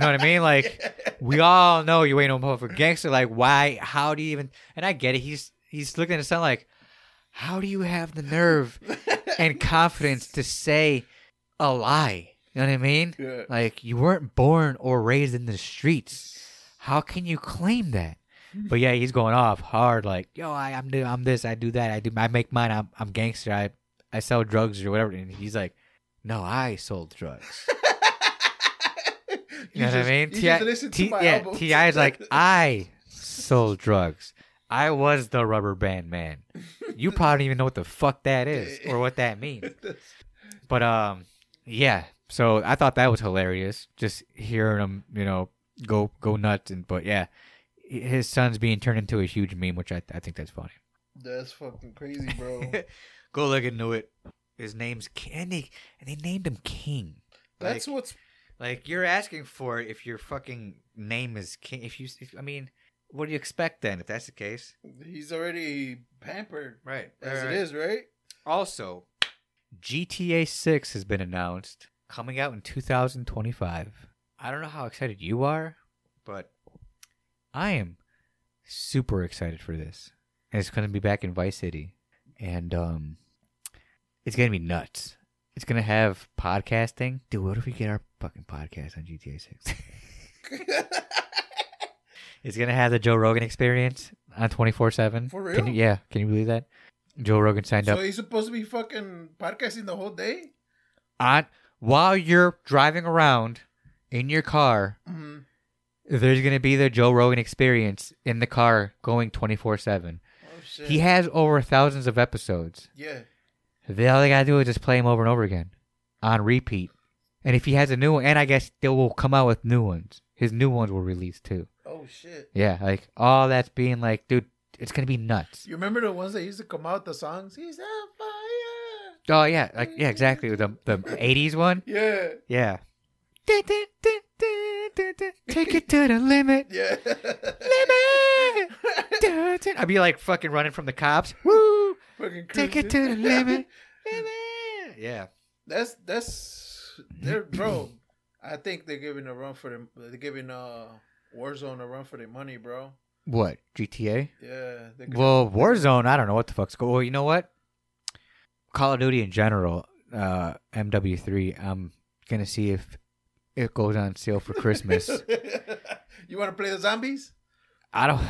A: know what I mean? Like. we all know you ain't no motherfucking gangster. Like, why? How do you even? And I get it. He's he's looking at his son like, how do you have the nerve and confidence to say a lie? You know what I mean?
B: [laughs] Yeah. [laughs]
A: Like, you weren't born or raised in the streets. How can you claim that?
B: Mm-hmm.
A: But yeah, he's going off hard. Like, yo, I, I'm th- I'm this. I do that. I do. I make mine. I'm I'm gangster. I I sell drugs or whatever. And he's like, no, I sold drugs.
B: [laughs]
A: You know what I mean?
B: You just listen to my
A: yeah,
B: [laughs] album.
A: Ti is like I sold drugs. I was the rubber band man. You probably don't even know what the fuck that is or what that means. But um, yeah. So I thought that was hilarious, just hearing him, you know, go go nuts. And but yeah, his son's being turned into a huge meme, which I I think that's funny.
B: That's fucking crazy,
A: [laughs]
B: bro.
A: go look into it. His name's King, and they and they named him King.
B: That's
A: like,
B: what's
A: like you're asking for it if your fucking name is King. If you, if, I mean, what do you expect then if that's the case?
B: he's already pampered
A: Right.
B: as it is, right? [laughs]
A: Also, GTA 6 has been announced, coming out in 2025. I don't know how excited you are, but I am super excited for this. And it's going to be back in Vice City. And um it's going to be nuts. It's going to have podcasting. Dude, what if we get our fucking podcast on GTA 6? [laughs] it's going to have the Joe Rogan experience on 24/7.
B: For
A: Can
B: real?
A: you, yeah, can you believe that? Joe Rogan signed
B: so
A: up.
B: he's supposed to be fucking podcasting the whole day.
A: on while you're driving around in your car,
B: Mm-hmm.
A: there's gonna be the Joe Rogan experience in the car going twenty four seven.
B: Oh shit.
A: He has over thousands of episodes.
B: yeah.
A: The all they gotta do is just play him over and over again. On repeat. And if he has a new one and I guess they will come out with new ones. His new ones will release too.
B: Oh shit.
A: Yeah, like all that's being like, dude, it's gonna be nuts.
B: You remember the ones that used to come out the songs? He's on fire.
A: Oh yeah, like yeah, exactly. The the eighties one.
B: Yeah.
A: Yeah. Take it to the limit.
B: Yeah. [laughs]
A: limit. Dun, dun. I'd be like fucking running from the cops. Woo!
B: [laughs] Fucking
A: Take
B: crazy.
A: it [laughs] to the limit. Limit. Yeah.
B: [laughs] That's that's they're bro. I think they're giving a run for them. They're giving uh Warzone a run for their money, bro.
A: What GTA?
B: Yeah. they're gonna-
A: Well, Warzone. I don't know what the fuck's going. Well, you know what? Call of Duty in general, uh, MW3. I'm gonna see if it goes on sale for [laughs]
B: [laughs]
A: Christmas.
B: you want to play the zombies?
A: I don't.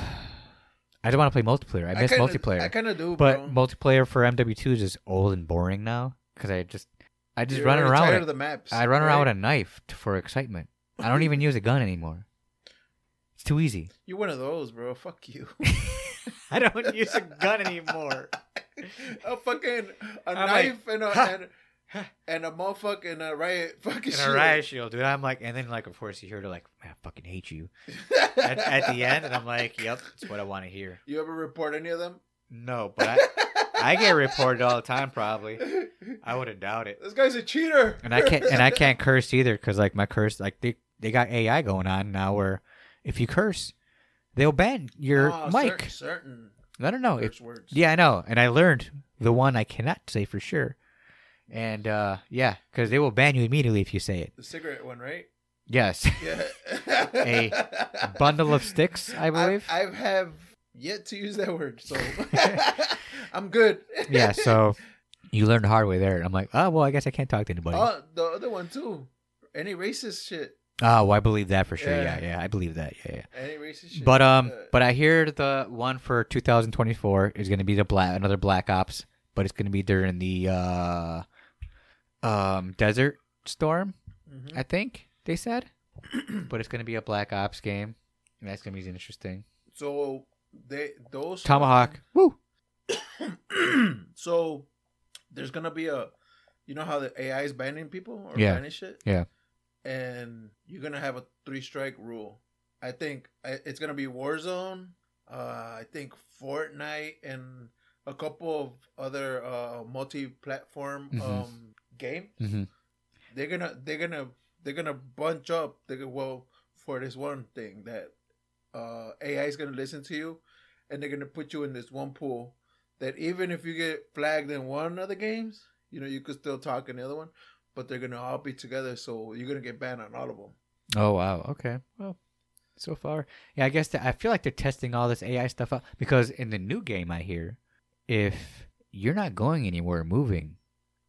A: I just want to play multiplayer. I miss
B: kinda,
A: multiplayer.
B: I kind of do,
A: but
B: bro.
A: multiplayer for MW2 is just old and boring now because I just I just
B: You're
A: run
B: already
A: around.
B: Tired
A: with it.
B: of the maps.
A: I run around
B: right?
A: with a knife t- for excitement. I don't even use a gun anymore. It's too easy.
B: You're one of those, bro. Fuck you.
A: [laughs] I don't use a gun [laughs] anymore.
B: a fucking a
A: I'm
B: knife and a
A: "Ha,
B: and, and a motherfucking uh, riot [laughs] fucking
A: And
B: shit.
A: a riot shield, dude. I'm like, and then like, of course, you hear they're like, "Man, I fucking hate you." At, at the end, and I'm like, "Yep, it's what I want to hear."
B: you ever report any of them?
A: No, but I, I get reported all the time. Probably, I wouldn't doubt it.
B: [laughs] This guy's a cheater.
A: And I can't, and I can't curse either because like my curse, like they they got AI going on now where if you curse, they'll ban your
B: Oh,
A: mic.
B: cer- certain
A: I don't know. If
B: curse words.
A: Oh, Yeah, I know. And I learned the one I cannot say for sure. And uh, yeah, because they will ban you immediately if you say it.
B: The cigarette one, right?
A: Yes.
B: Yeah.
A: A Bundle of sticks, I believe.
B: I, I have yet to use that word,
A: [laughs]
B: so [laughs] I'm good.
A: yeah, so you learn the hard way there. And I'm like, oh, well, I guess I can't talk to anybody. Oh,
B: [laughs] Oh, the other one too. Any racist shit.
A: Oh, well, I believe that for sure.
B: Yeah.
A: Yeah, yeah, I believe that. Yeah, yeah.
B: Any racist shit.
A: But um,
B: Uh,
A: but I hear the one for 2024 is going to be the black another Black Ops, but it's going to be during the uh, um, Desert Storm.
B: mhm.
A: I think they said. but it's going to be a Black Ops game, and that's going to be interesting.
B: so they those
A: Tomahawk. Woo.
B: [clears throat] so there's gonna be a you know how the AI is banning people or
A: Yeah.
B: banning shit?
A: Yeah.
B: And you're gonna have a three strike rule. I think I- it's gonna be Warzone, uh, I think Fortnite and a couple of other uh, multi-platform
A: Mhm.
B: um, game.
A: hmm
B: They're gonna they're gonna they're gonna bunch up. They go well for this one thing that uh, AI is gonna listen to you, and they're gonna put you in this one pool. That even if you get flagged in one of the games, you know you could still talk in the other one, but they're gonna all be together. So you're gonna get banned on all of them. [laughs]
A: Oh wow. Okay. Well, so far, yeah. I guess that, I feel like they're testing all this AI stuff out because in the new game, I hear if you're not going anywhere, moving,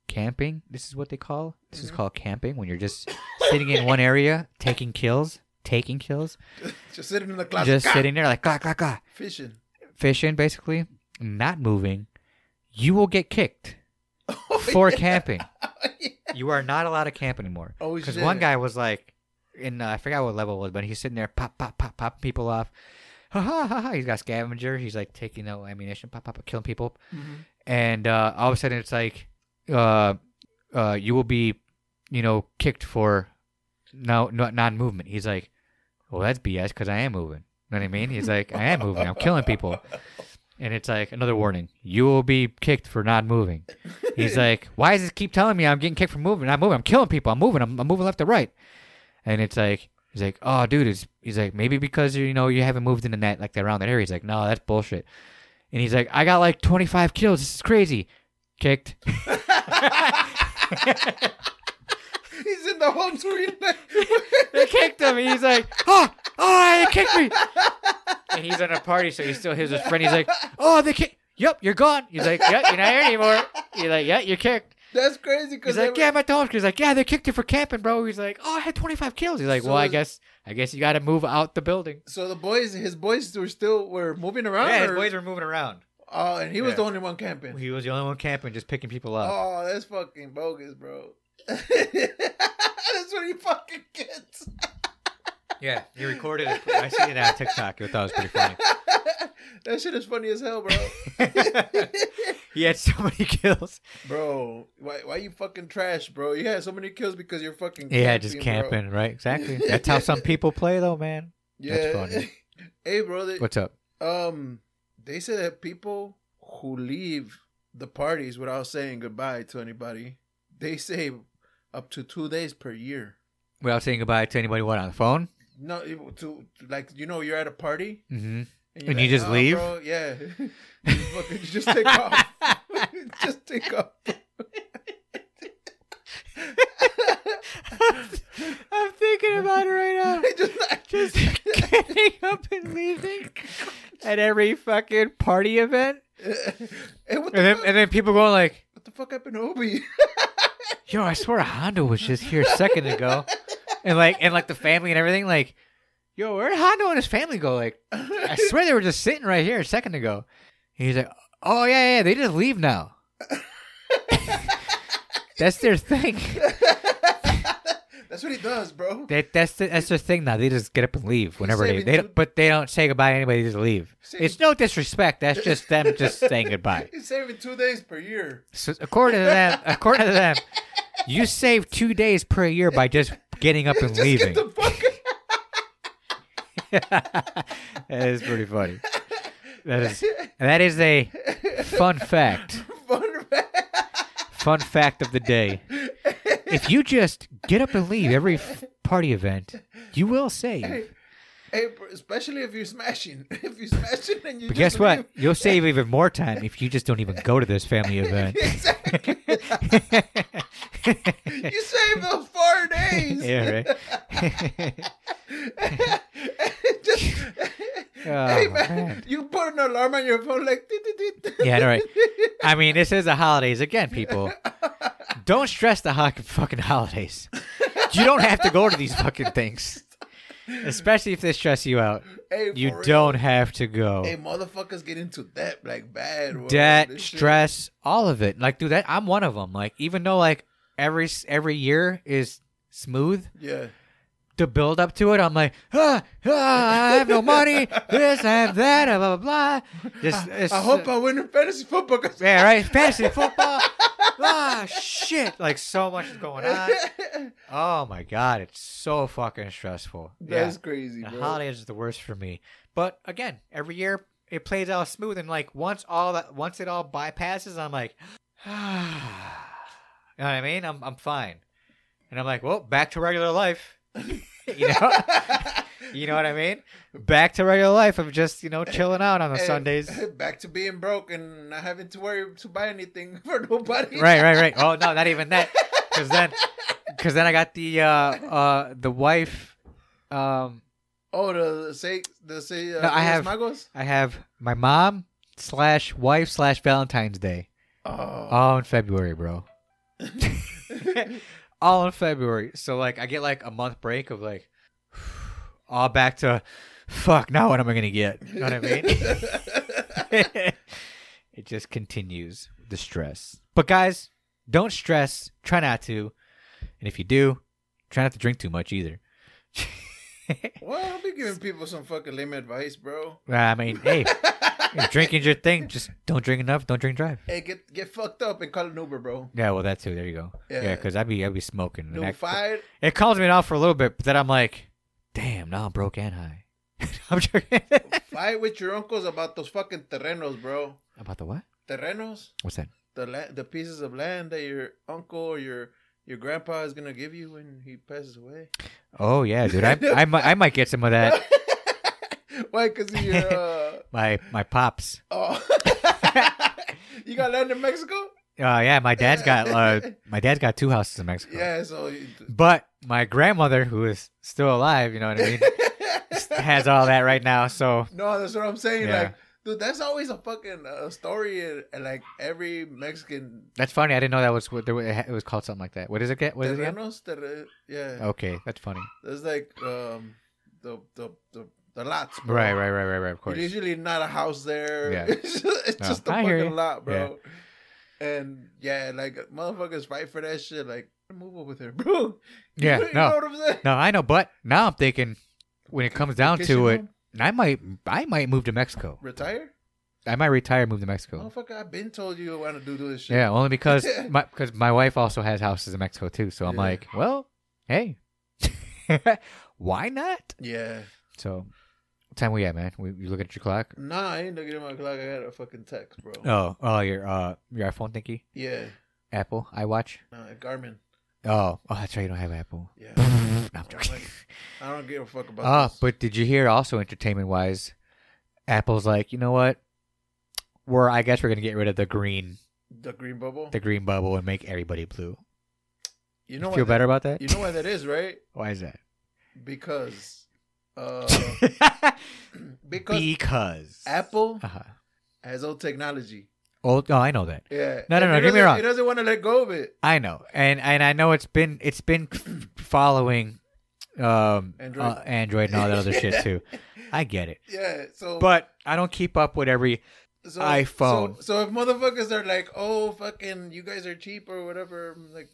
A: camping. This is what they call. This is
B: Mhm.
A: called camping when you're just [laughs] sitting in one area, taking kills, taking kills,
B: Just sitting in the closet,
A: just
B: "Gah!"
A: sitting there like clack clack clack.
B: [laughs] fishing.
A: fishing basically, not moving, you will get kicked [laughs]
B: Oh, [laughs]
A: for camping. You are not allowed to camp anymore.
B: Oh,
A: Because
B: shit.
A: one guy was like, in uh, I forgot what level it was, but he's sitting there pop pop pop pop people off. ha ha ha ha. He's got scavenger. He's like taking out ammunition, pop, pop, pop, killing people. And uh, all of a sudden, it's like, uh, uh, you will be, you know, kicked for no, no non movement. He's like, well, that's BS because I am moving. You know what I mean? He's like, I am moving. I'm killing people. And it's like another warning. You will be kicked for not moving. He's like, why does it keep telling me I'm getting kicked for moving? I'm moving. I'm killing people. I'm moving. I'm, I'm moving left to right. And it's like, he's like, oh, dude, it's, he's like, maybe because you know you haven't moved in the net like around that area. He's like, no, that's bullshit. And he's like, I got like 25 kills. This is crazy. Kicked.
B: He's in the home screen.
A: they kicked him. And he's like, oh, oh, they kicked me. And he's at a party, so he still hears his friend. He's like, oh, they kicked. Yep, you're gone. He's like, yep, you're not here anymore. He's like, yeah, you're kicked.
B: [laughs] That's crazy. Cause
A: He's like, yeah, my dog. He's like, yeah, they kicked you for camping, bro. He's like, oh, I had 25 kills. He's like,
B: So
A: well, I
B: is-
A: guess, I guess you got to move out the building.
B: So the boys, his boys were still were moving around.
A: Yeah, his
B: or-
A: boys were moving around.
B: Oh, and he was
A: Yeah.
B: the only one camping.
A: He was the only one camping, just picking people up.
B: Oh, that's fucking bogus, bro. [laughs] that's what he fucking gets. [laughs]
A: Yeah, he recorded it. I see it on TikTok. I thought it was pretty funny.
B: that shit is funny as hell, bro.
A: [laughs] he had so many kills.
B: bro, why why you fucking trash, bro? You had so many kills because you're fucking
A: Yeah, just
B: bro.
A: camping, right? Exactly. That's how some people play, though, man. That's funny.
B: [laughs] hey, bro, they,
A: What's up?
B: um, they said that people who leave the parties without saying goodbye to anybody, they save up to two days per year.
A: Without saying goodbye to anybody, what on the phone?
B: No, it- to like you know, you're at a party
A: Mm-hmm.
B: you're
A: And you just leave?"
B: bro, yeah, [laughs] you, fucking, you
A: [laughs]
B: just take off. [laughs] just take off.
A: I'm thinking about it right now.
B: [laughs]
A: [laughs]
B: just,
A: Just [laughs]
B: [laughs]
A: getting up and leaving at every fucking party event,
B: hey, what, the
A: and then
B: fuck,
A: and then people going like,
B: what the fuck happened to Obi? [laughs]
A: "Yo, I swear a Honda was just here a second ago," and like and like the family and everything like. Yo, where did Hondo and his family go? Like, I swear they were just sitting right here a second ago. He's like, oh, yeah, yeah, they just leave now. [laughs] that's their thing.
B: That's what he does, bro.
A: That that's the, that's their thing now. They just get up and leave whenever they
B: saving
A: they
B: two-
A: don't, but they don't say goodbye to anybody. They just leave.
B: Saving-
A: It's no disrespect. That's just them just saying
B: [laughs]
A: goodbye.
B: He's saving two days per year.
A: So according to them, according to them, you save two days per year by just getting up and
B: [laughs] Just
A: leaving.
B: get the fuck.
A: [laughs] that is pretty funny. That
B: [laughs]
A: is that is a fun fact.
B: Fun fact.
A: Fun fact of the day. If you just get up and leave every f- party event, you will save.
B: Hey, bro, especially if you're smashing. [laughs] If you're smashing and you.
A: But
B: just
A: guess what?
B: leave. [laughs]
A: You'll save even more time if you just don't even go to this family
B: [laughs]
A: event. [laughs]
B: Exactly.
A: [laughs]
B: you saved those four days.
A: yeah, right.
B: [laughs] Just- hey
A: Oh,
B: man,
A: man.
B: you put an alarm on your phone like. "Dit, dit, dit."
A: yeah, all right. I mean, this is the holidays again, people. Don't stress the ho- fucking holidays. You don't have to go to these fucking things, especially if they stress you out.
B: [laughs] Hey,
A: You
B: for real.
A: don't have to go.
B: Hey, motherfuckers get into debt like bad. bro.
A: debt,
B: This shit-
A: stress, all of it. Like, dude, that I'm one of them. Like, even though like every s- every year is smooth,
B: Yeah.
A: the build up to it, I'm like, ah, ah, I have no money. this, I have that, blah blah blah. Just, it's,
B: I hope I win in fantasy football. 'cause-
A: yeah, right. Fantasy football. ah, shit. Like, so much is [laughs] going on. Oh my god, it's so fucking stressful.
B: [laughs] That's
A: yeah.
B: crazy,
A: The
B: bro.
A: holidays is the worst for me. But again, every year it plays out smooth, and like once all that, once it all bypasses, I'm like, [sighs] ah, you know what I mean? I'm I'm fine, and I'm like, well, back to regular life. [laughs] you know,
B: [laughs]
A: you know what I mean? Back to regular life of just you know chilling out on the
B: Hey, [laughs]
A: Sundays.
B: Back to being broke and not having to worry to buy anything [laughs] for nobody.
A: right, right, right. Oh no, not even that. Because then, because then I got the uh uh the wife. Um,
B: Oh, the, the say the say. Uh,
A: No, I have-
B: Magos?
A: I have my mom slash wife slash Valentine's Day. [laughs]
B: Oh,
A: All in February, bro. all in February. So like I get like a month break of like [sighs] all back to fuck, now what am I gonna get? You know what I mean?
B: [laughs]
A: [laughs] it just continues the stress. But guys, don't [laughs] stress. Try not to. And if you do, try not to drink too much either.
B: Well, don't be giving people some fucking lame advice, bro.
A: I mean, hey, if drinking's your thing. Just don't drink enough. Don't drink drive.
B: Hey, get get fucked up and call an Uber, bro.
A: Yeah, well, that too. There you go. Yeah,
B: Yeah.
A: because I'd be I'd be smoking. and
B: No
A: that-
B: fight.
A: It calms me down for a little bit, but then I'm like, damn, now I'm broke and high. [laughs] I'm joking.
B: Fight with your uncles about those fucking terrenos, bro.
A: [laughs] About the what?
B: Terrenos,
A: What's that?
B: the la- the pieces of land that your uncle or your your grandpa is gonna give you when he passes away. [laughs]
A: Oh yeah, dude. I I, might I might get some of that.
B: Why? Cause of your uh,
A: My my [laughs] pops.
B: oh, [laughs] you got land
A: [laughs]
B: in Mexico?
A: Oh yeah, my dad's got
B: [laughs]
A: uh, my dad's got two houses in Mexico.
B: Yeah. So [laughs] you-
A: But my grandmother, who is still alive, you know what I
B: [laughs]
A: mean, has all that right now. So
B: No, that's what I'm saying.
A: Yeah.
B: Like, dude, that's always a fucking uh, story in, in, like every Mexican.
A: that's funny. I didn't know that was what there was, it was called something like that. What is it? Get what is it? Oh. Again?
B: terrenos, terre- yeah.
A: Okay, that's funny.
B: There's like um, the the the, the lots, bro.
A: Right, right, right, right, right. Of course.
B: There's usually not a house there.
A: Yeah.
B: [laughs] it's just, it's
A: No,
B: just a
A: I hear
B: fucking
A: you.
B: lot, bro. And yeah, like motherfuckers fight for that shit. Like, move over there, bro. [laughs] You
A: Yeah,
B: know- you
A: no.
B: know what I'm
A: [laughs]
B: saying?
A: No, I know, but now I'm thinking when it comes down
B: Vacation
A: to it,
B: home?
A: I might I might move to Mexico.
B: retire.
A: I might retire and move to Mexico.
B: Motherfucker, I've been told you want to do do this
A: [laughs]
B: shit.
A: Yeah, only because my because my wife also has houses in Mexico too. So I'm
B: Yeah.
A: like, well, hey, [laughs] why not?
B: yeah.
A: So, what time we at, man? We, you looking at your clock?
B: Nah, I ain't looking at my clock. I got a fucking text, bro.
A: Oh, oh, your uh your iPhone thingy,
B: Yeah.
A: Apple iWatch.
B: Nah, Garmin.
A: Oh, oh, that's right. You don't have [laughs] Apple.
B: Yeah.
A: No, I'm joking. [laughs]
B: Like, I don't give a fuck about
A: Ah,
B: this.
A: but did you hear also entertainment wise, Apple's like, you know what? We're I guess we're gonna get rid of the green
B: the green bubble.
A: the green bubble and make everybody blue.
B: you
A: You
B: know
A: feel
B: what
A: better about that?
B: You know why that is, right?
A: Why is [laughs] that?
B: Because uh
A: [coughs]
B: [coughs] because
A: because
B: Apple
A: Uh-huh.
B: has old technology.
A: Oh, oh, I know that.
B: Yeah.
A: No, no,
B: And
A: no, get
B: it
A: me
B: doesn't-
A: wrong.
B: It doesn't want to let go of it.
A: I know, and and I know it's been it's been following um
B: Android.
A: uh, Android and all that other shit too. I get it,
B: Yeah. So
A: but I don't keep up with every.
B: so,
A: iPhone.
B: So, so if motherfuckers are like, "Oh, fucking, you guys are cheap or whatever," I'm like,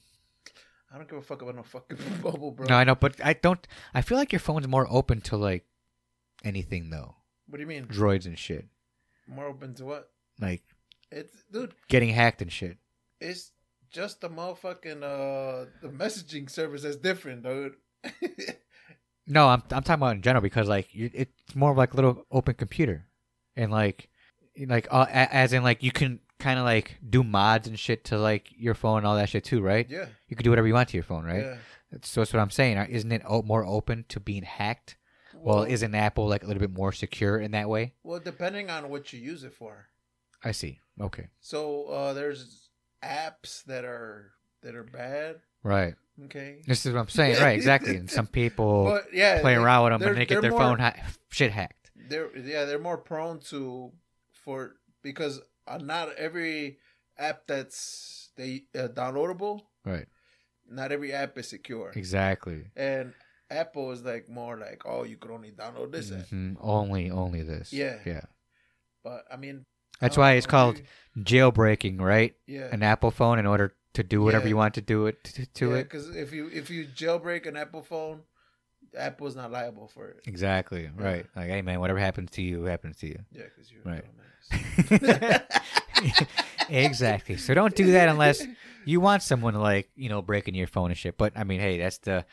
B: I don't give a fuck about no fucking [laughs] bubble, bro.
A: No, I know, but I don't. I feel like your phone's more open to like anything though,
B: what do you mean?
A: droids and shit,
B: More open to what?
A: like
B: It's dude.
A: getting hacked and shit.
B: it's just the motherfucking uh the messaging service that's different, dude. [laughs]
A: No, I'm I'm talking about in general because like you, it's more of like a little open computer, and like like uh, a- as in like you can kind of like do mods and shit to like your phone and all that shit too, right?
B: yeah,
A: You can do whatever you want to your phone, right?
B: yeah.
A: So that's what I'm saying. Uh, Isn't it o- more open to being hacked? Well, isn't Apple like a little bit more secure in that way?
B: well, depending on what you use it for.
A: I see. Okay.
B: So uh there's apps that are that are bad.
A: Right.
B: Okay,
A: This is what I'm saying. Right. Exactly. And some people
B: [laughs] but yeah,
A: play around with them
B: they're-
A: and they
B: they're
A: get their
B: more-
A: phone ha- shit hacked.
B: They're yeah, they're more prone to for because uh, not every app that's they uh, downloadable,
A: Right.
B: not every app is secure.
A: Exactly.
B: And Apple is like more like, oh, you could only download this app.
A: Mhm. Only, only this.
B: Yeah. Um,
A: Yeah.
B: But I mean,
A: That's
B: I don't
A: why it's
B: know,
A: called
B: maybe-
A: jailbreaking, right?
B: yeah.
A: An Apple phone in order to do whatever
B: Yeah.
A: you want to do it to, to it.
B: because if you if you jailbreak an Apple phone, Apple's not liable for it.
A: Exactly.
B: Yeah.
A: Right. Like, hey man, whatever happens to you happens to you.
B: Yeah, because you're
A: Right.
B: a dumbass.
A: [laughs] exactly. So don't [laughs] do that unless you want someone to like you know breaking your phone and shit. But I mean, hey, that's the.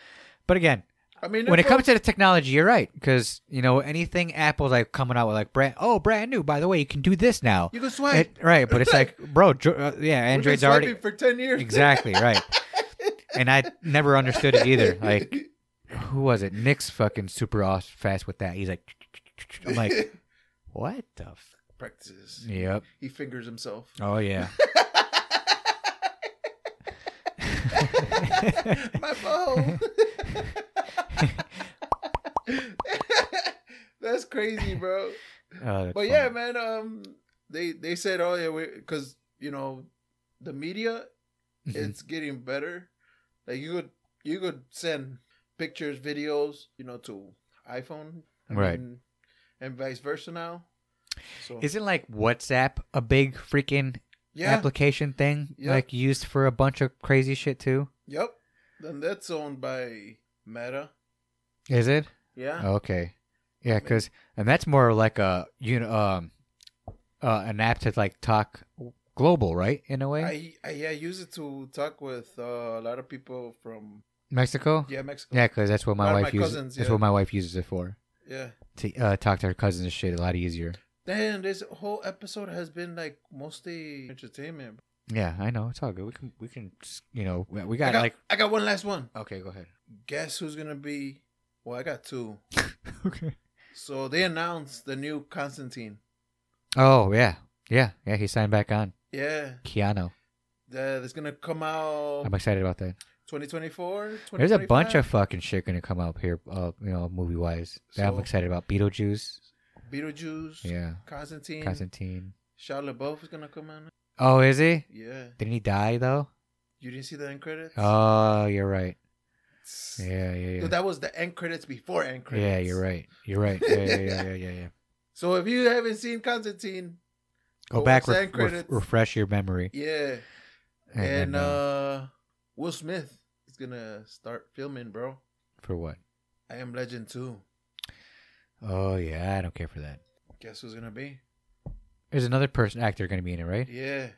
A: But again,
B: [laughs] I mean,
A: when it comes to the technology, you're right because you know anything Apple's like coming out with like brand oh brand new. By the way, you can do this now.
B: you can swipe.
A: It- right, but it's like bro, dr- uh, yeah,
B: We've been
A: Android's
B: swiping [laughs]
A: already
B: for ten years.
A: exactly right. And I never understood it
B: [laughs]
A: either. Like, who was it? Nick's fucking super aw- fast with that. He's like, I'm like, what the? F-?
B: [laughs] practices.
A: Yep.
B: He
A: [laughs]
B: fingers himself. [laughs]
A: Oh yeah.
B: My
A: [laughs]
B: phone. [laughs] That's crazy, bro. [laughs]
A: Oh, that's
B: But yeah,
A: funny.
B: man. Um, they they said, oh yeah, because you know, the media
A: Mhm.
B: it's getting better. Like you could you could send pictures, videos, you know, to iPhone,
A: Right.
B: mean, and vice versa now. So
A: Isn't like WhatsApp a big freaking
B: yeah,
A: application thing?
B: Yep.
A: Like used for a bunch of crazy shit too?
B: yep. Then that's owned by Meta.
A: Is it?
B: Yeah.
A: Okay. Yeah, because and that's more like a you know um, uh, an app to like talk global, right? In a way,
B: I, I yeah, I use it to talk with uh, a lot of people from
A: Mexico.
B: yeah Mexico.
A: Yeah, because that's what my
B: Lot of my
A: wife uses.
B: cousins,
A: That's
B: yeah.
A: what my wife uses it for
B: Yeah.
A: to uh, talk to her cousins and shit. A lot easier.
B: Damn, this whole episode has been like mostly entertainment.
A: Yeah, I know. It's all good. We can we can s- you know we we got,
B: I got
A: like
B: I got one last one.
A: okay, go
B: [laughs]
A: ahead.
B: Guess who's gonna be? Well, I got two.
A: okay.
B: So they announced the new Constantine.
A: Oh yeah, yeah, yeah. He signed back on.
B: Yeah,
A: Keanu.
B: that- that's gonna come out
A: I'm excited about that.
B: 2024.
A: There's a bunch
B: 2025.
A: of fucking shit gonna come up here, uh, you know, movie wise. That I'm
B: So-
A: excited about. Beetlejuice.
B: Beetlejuice.
A: Yeah.
B: Constantine.
A: Constantine.
B: Shia LaBeouf is gonna come out.
A: Oh, is he?
B: Yeah.
A: Didn't he die though?
B: You didn't see the end credits?
A: Oh, you're right. Yeah, yeah, yeah.
B: Dude, that was the end credits before end credits.
A: Yeah, you're right. You're right. Yeah, yeah, yeah, yeah, yeah.
B: [laughs]
A: yeah.
B: So if you haven't seen Constantine,
A: Go
B: Go
A: back,
B: watch the
A: re-
B: end
A: re-
B: credits.
A: refresh your memory.
B: yeah, and uh, Will Smith is gonna start filming, bro.
A: for what?
B: I Am Legend 2.
A: Oh yeah, I don't care for that.
B: Guess who's gonna be?
A: There's another person actor going to be in it, right?
B: Yeah,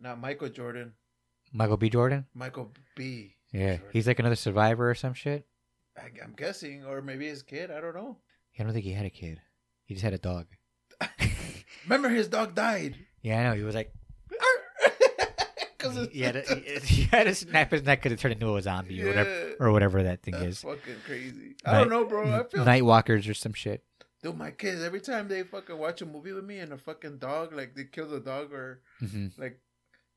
B: not Michael Jordan.
A: Michael B. Jordan.
B: Michael B.
A: Yeah,
B: Jordan.
A: he's like another survivor or some shit.
B: I, I'm guessing, or maybe his kid. I don't know.
A: I don't think he had a kid. He just had a
B: [laughs]
A: dog.
B: Remember, his dog died. [laughs]
A: Yeah, I know. He was like,
B: Cause
A: he had, to,
B: [laughs]
A: he had to snap his neck because it turned into a zombie or whatever,
B: Yeah,
A: or whatever that thing
B: that's
A: is. Mm,
B: fucking crazy. I don't
A: Night-
B: know, bro. I feel
A: Nightwalkers or some shit.
B: Dude, my kids, every time they fucking watch a movie with me and a fucking dog, like they kill the dog or
A: Mm-hmm.
B: like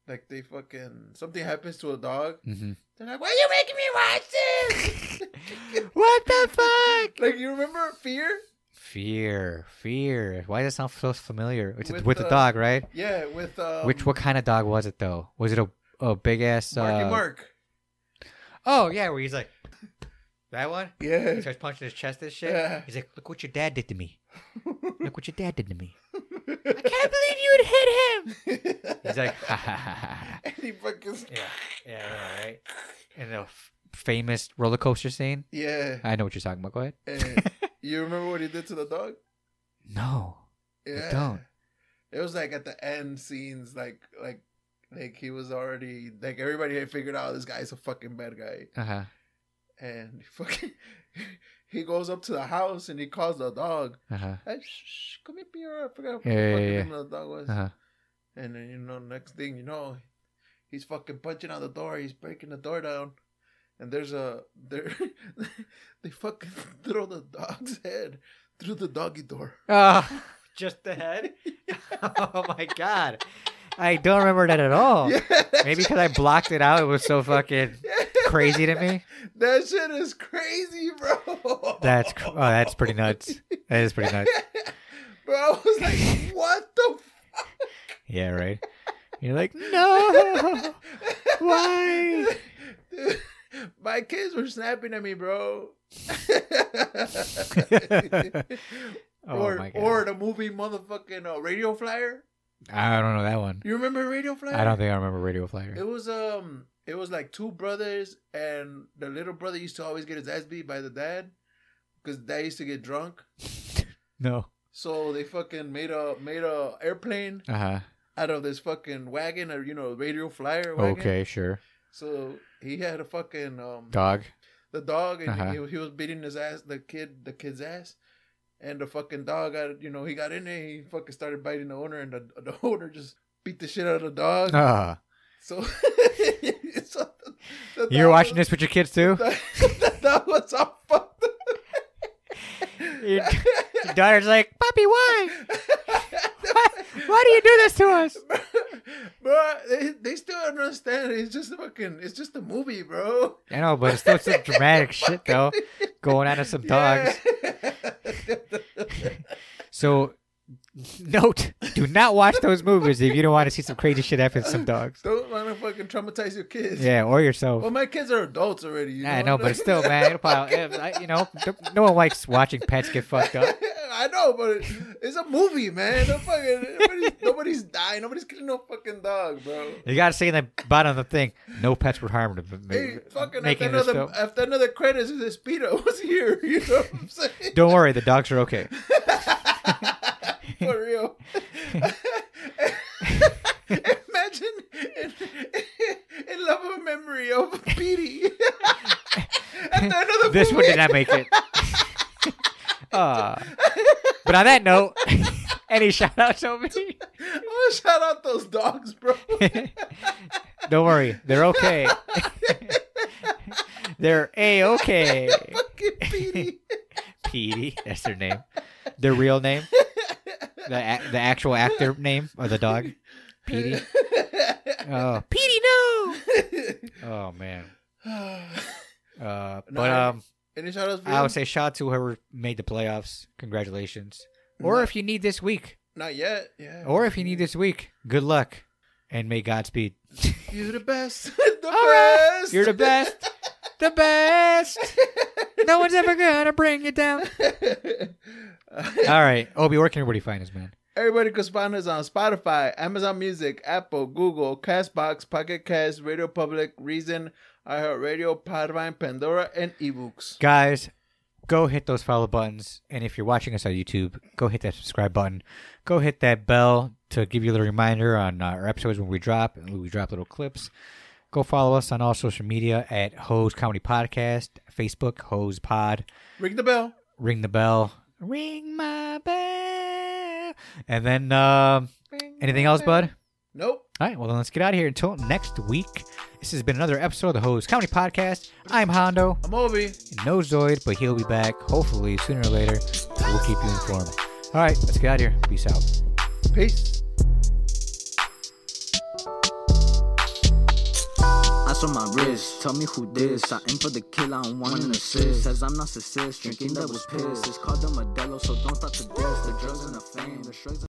B: like they fucking something happens to a dog,
A: Mm-hmm.
B: they're like, Why are you making [laughs] me watch this?
A: What the fuck?
B: [laughs] like you remember Fear?
A: Fear, fear. Why does it sound so familiar? It's with,
B: With
A: with the
B: the-
A: dog, right?
B: Yeah, with um
A: Which what kind of dog was it though? Was it a a big ass?
B: Marky
A: uh,
B: Mark.
A: Oh yeah, where he's like that one. He
B: Yeah. [laughs]
A: starts punching his chest and shit.
B: Yeah.
A: He's like, "Look what your dad did to me! Look what your dad did to me! I can't believe you would hit him!" He's like, "Ha ha ha ha!"
B: and [laughs] he fucking
A: Yeah, yeah, I know, right. And the f- famous roller coaster scene.
B: Yeah.
A: I know what you're talking about. Go ahead. [laughs]
B: And you remember what he did to the dog?
A: No,
B: Yeah.
A: don't.
B: It was like at the end scenes, like like like he was already like everybody had figured out this guy's a fucking bad guy.
A: uh huh,
B: and fucking [laughs] he goes up to the house and he calls the dog.
A: uh huh,
B: Hey, shh, come here, Pierre. I forgot what
A: Yeah,
B: the
A: yeah,
B: fucking
A: yeah.
B: name of the dog was.
A: uh huh.
B: And then you know, next thing you know, he's fucking punching on the door. He's breaking the door down, and there's a there. [laughs] they fucking [laughs] throw the dog's head through the doggy door.
A: Oh, [laughs] just the head. [laughs] oh my god, I don't remember that at all.
B: Yeah,
A: Oh,
B: [laughs]
A: Maybe because I blocked it out, it was so fucking crazy to me.
B: That shit is crazy, bro.
A: That's cr- oh, that's pretty
B: [laughs]
A: nuts. That is pretty nuts.
B: bro. I was like, what the
A: Yeah, right. You're like, no, why?
B: Dude, My kids were snapping at
A: [laughs]
B: me, bro. [laughs]
A: Oh
B: [laughs] or,
A: my god,
B: or the movie motherfucking uh, Radio Flyer.
A: I don't know that one.
B: You remember Radio Flyer?
A: I don't think I remember Radio Flyer.
B: It was um, it was like two brothers, and the little brother used to always get his ass beat by the dad, because dad used to get drunk.
A: No.
B: So they fucking made a made a airplane
A: Uh huh.
B: out of this fucking wagon, or you know, Radio Flyer wagon.
A: Okay, sure.
B: So he had a fucking um.
A: Dog.
B: the dog and
A: Uh-huh.
B: he, he was beating his ass the kid the kid's ass and the fucking dog got you know he got in there he fucking started biting the owner and the, [laughs] the owner just beat the shit out of the dog
A: Ah,
B: so, [laughs] so the, the
A: you're
B: dog
A: watching
B: was-
A: this with your kids too.
B: [laughs] the, the dog was all fucked up.
A: Your [laughs] d- your daughter's like, "Puppy, why? Why do you do this to us?"
B: [laughs] Bro, they, they still don't understand. It's just fucking. It's just a movie, bro.
A: I know, but it's still some dramatic shit though, going on at some dogs.
B: Yeah.
A: So, note: do not watch those movies if you don't want to see some crazy shit happen to some dogs.
B: [laughs] Don't want to fucking traumatize your kids.
A: Yeah, or yourself.
B: Well, my kids are adults already. You [laughs]
A: eh, Yeah, I know, but still, man, it'll probably, if, I- you know, no one likes watching pets get fucked up.
B: [laughs] I know, but it's a movie, man. No fucking,
A: [laughs]
B: nobody's, nobody's dying. Nobody's killing no fucking dog, bro.
A: You gotta say in the bottom of the thing, no pets were harmed. in ma-
B: Hey, fucking after
A: making this
B: another,
A: film.
B: [laughs] after another credits, this Speedo [laughs] was here. You know what I'm saying?
A: Don't worry, the dogs are okay.
B: [laughs] For
A: [laughs]
B: real. [laughs] Imagine in, in love of memory of Petey. [laughs] After another
A: This one
B: movie. [laughs]
A: did not make it. Ah. but on that note, [laughs] any shout outs over?
B: I want to shout out those dogs, bro. [laughs]
A: Don't worry, they're okay. [laughs] they're a okay.
B: fucking Petey.
A: Petey, that's their name. Their real name, the a- the actual actor name of the dog, [laughs]
B: [laughs]
A: Petey. Oh, Petey, no. Oh man.
B: [sighs]
A: Uh, but
B: I-
A: um,
B: Any shout outs for
A: I
B: you?
A: would say shout out to whoever made the playoffs. Congratulations. Or
B: No.
A: if you need this week,
B: Not yet. Yeah.
A: or if you need this week, good luck and may Godspeed.
B: [laughs] You're the best. [laughs] the
A: right.
B: best.
A: You're the best, the best. No one's ever gonna bring you down. All right, Obi, where can everybody find us, man?
B: [laughs] Everybody can find us on Spotify, Amazon Music, Apple, Google, Castbox, Pocket Cast, Radio Public, Reason, iHeartRadio, Podvine, Pandora, and eBooks.
A: Guys, go hit those follow buttons, and if you're watching us on YouTube, go hit that subscribe button. Go hit that bell to give you a little reminder on uh, our episodes when we drop, and we drop little clips. Go follow us on all social media at Hose Comedy Podcast, Facebook Hose Pod.
B: Ring the bell.
A: Ring the bell. Ring my bell. And then um, anything else, bud?
B: Nope.
A: All right, well, then let's get out of here. Until next week, this has been another episode of the Hose Comedy Podcast. I'm Hondo,
B: I'm Obi.
A: no Zoid, but he'll be back hopefully sooner or later. We'll keep you informed. All right, let's get out of here. Peace out.
B: Peace.
D: Eyes on my wrist, tell me who this. I aim for the kill, I don't want an assist. Says I'm narcissist, drinking that was piss. It's called the Modelo, so don't stop to diss. The drugs and the fame, the shrugs. and-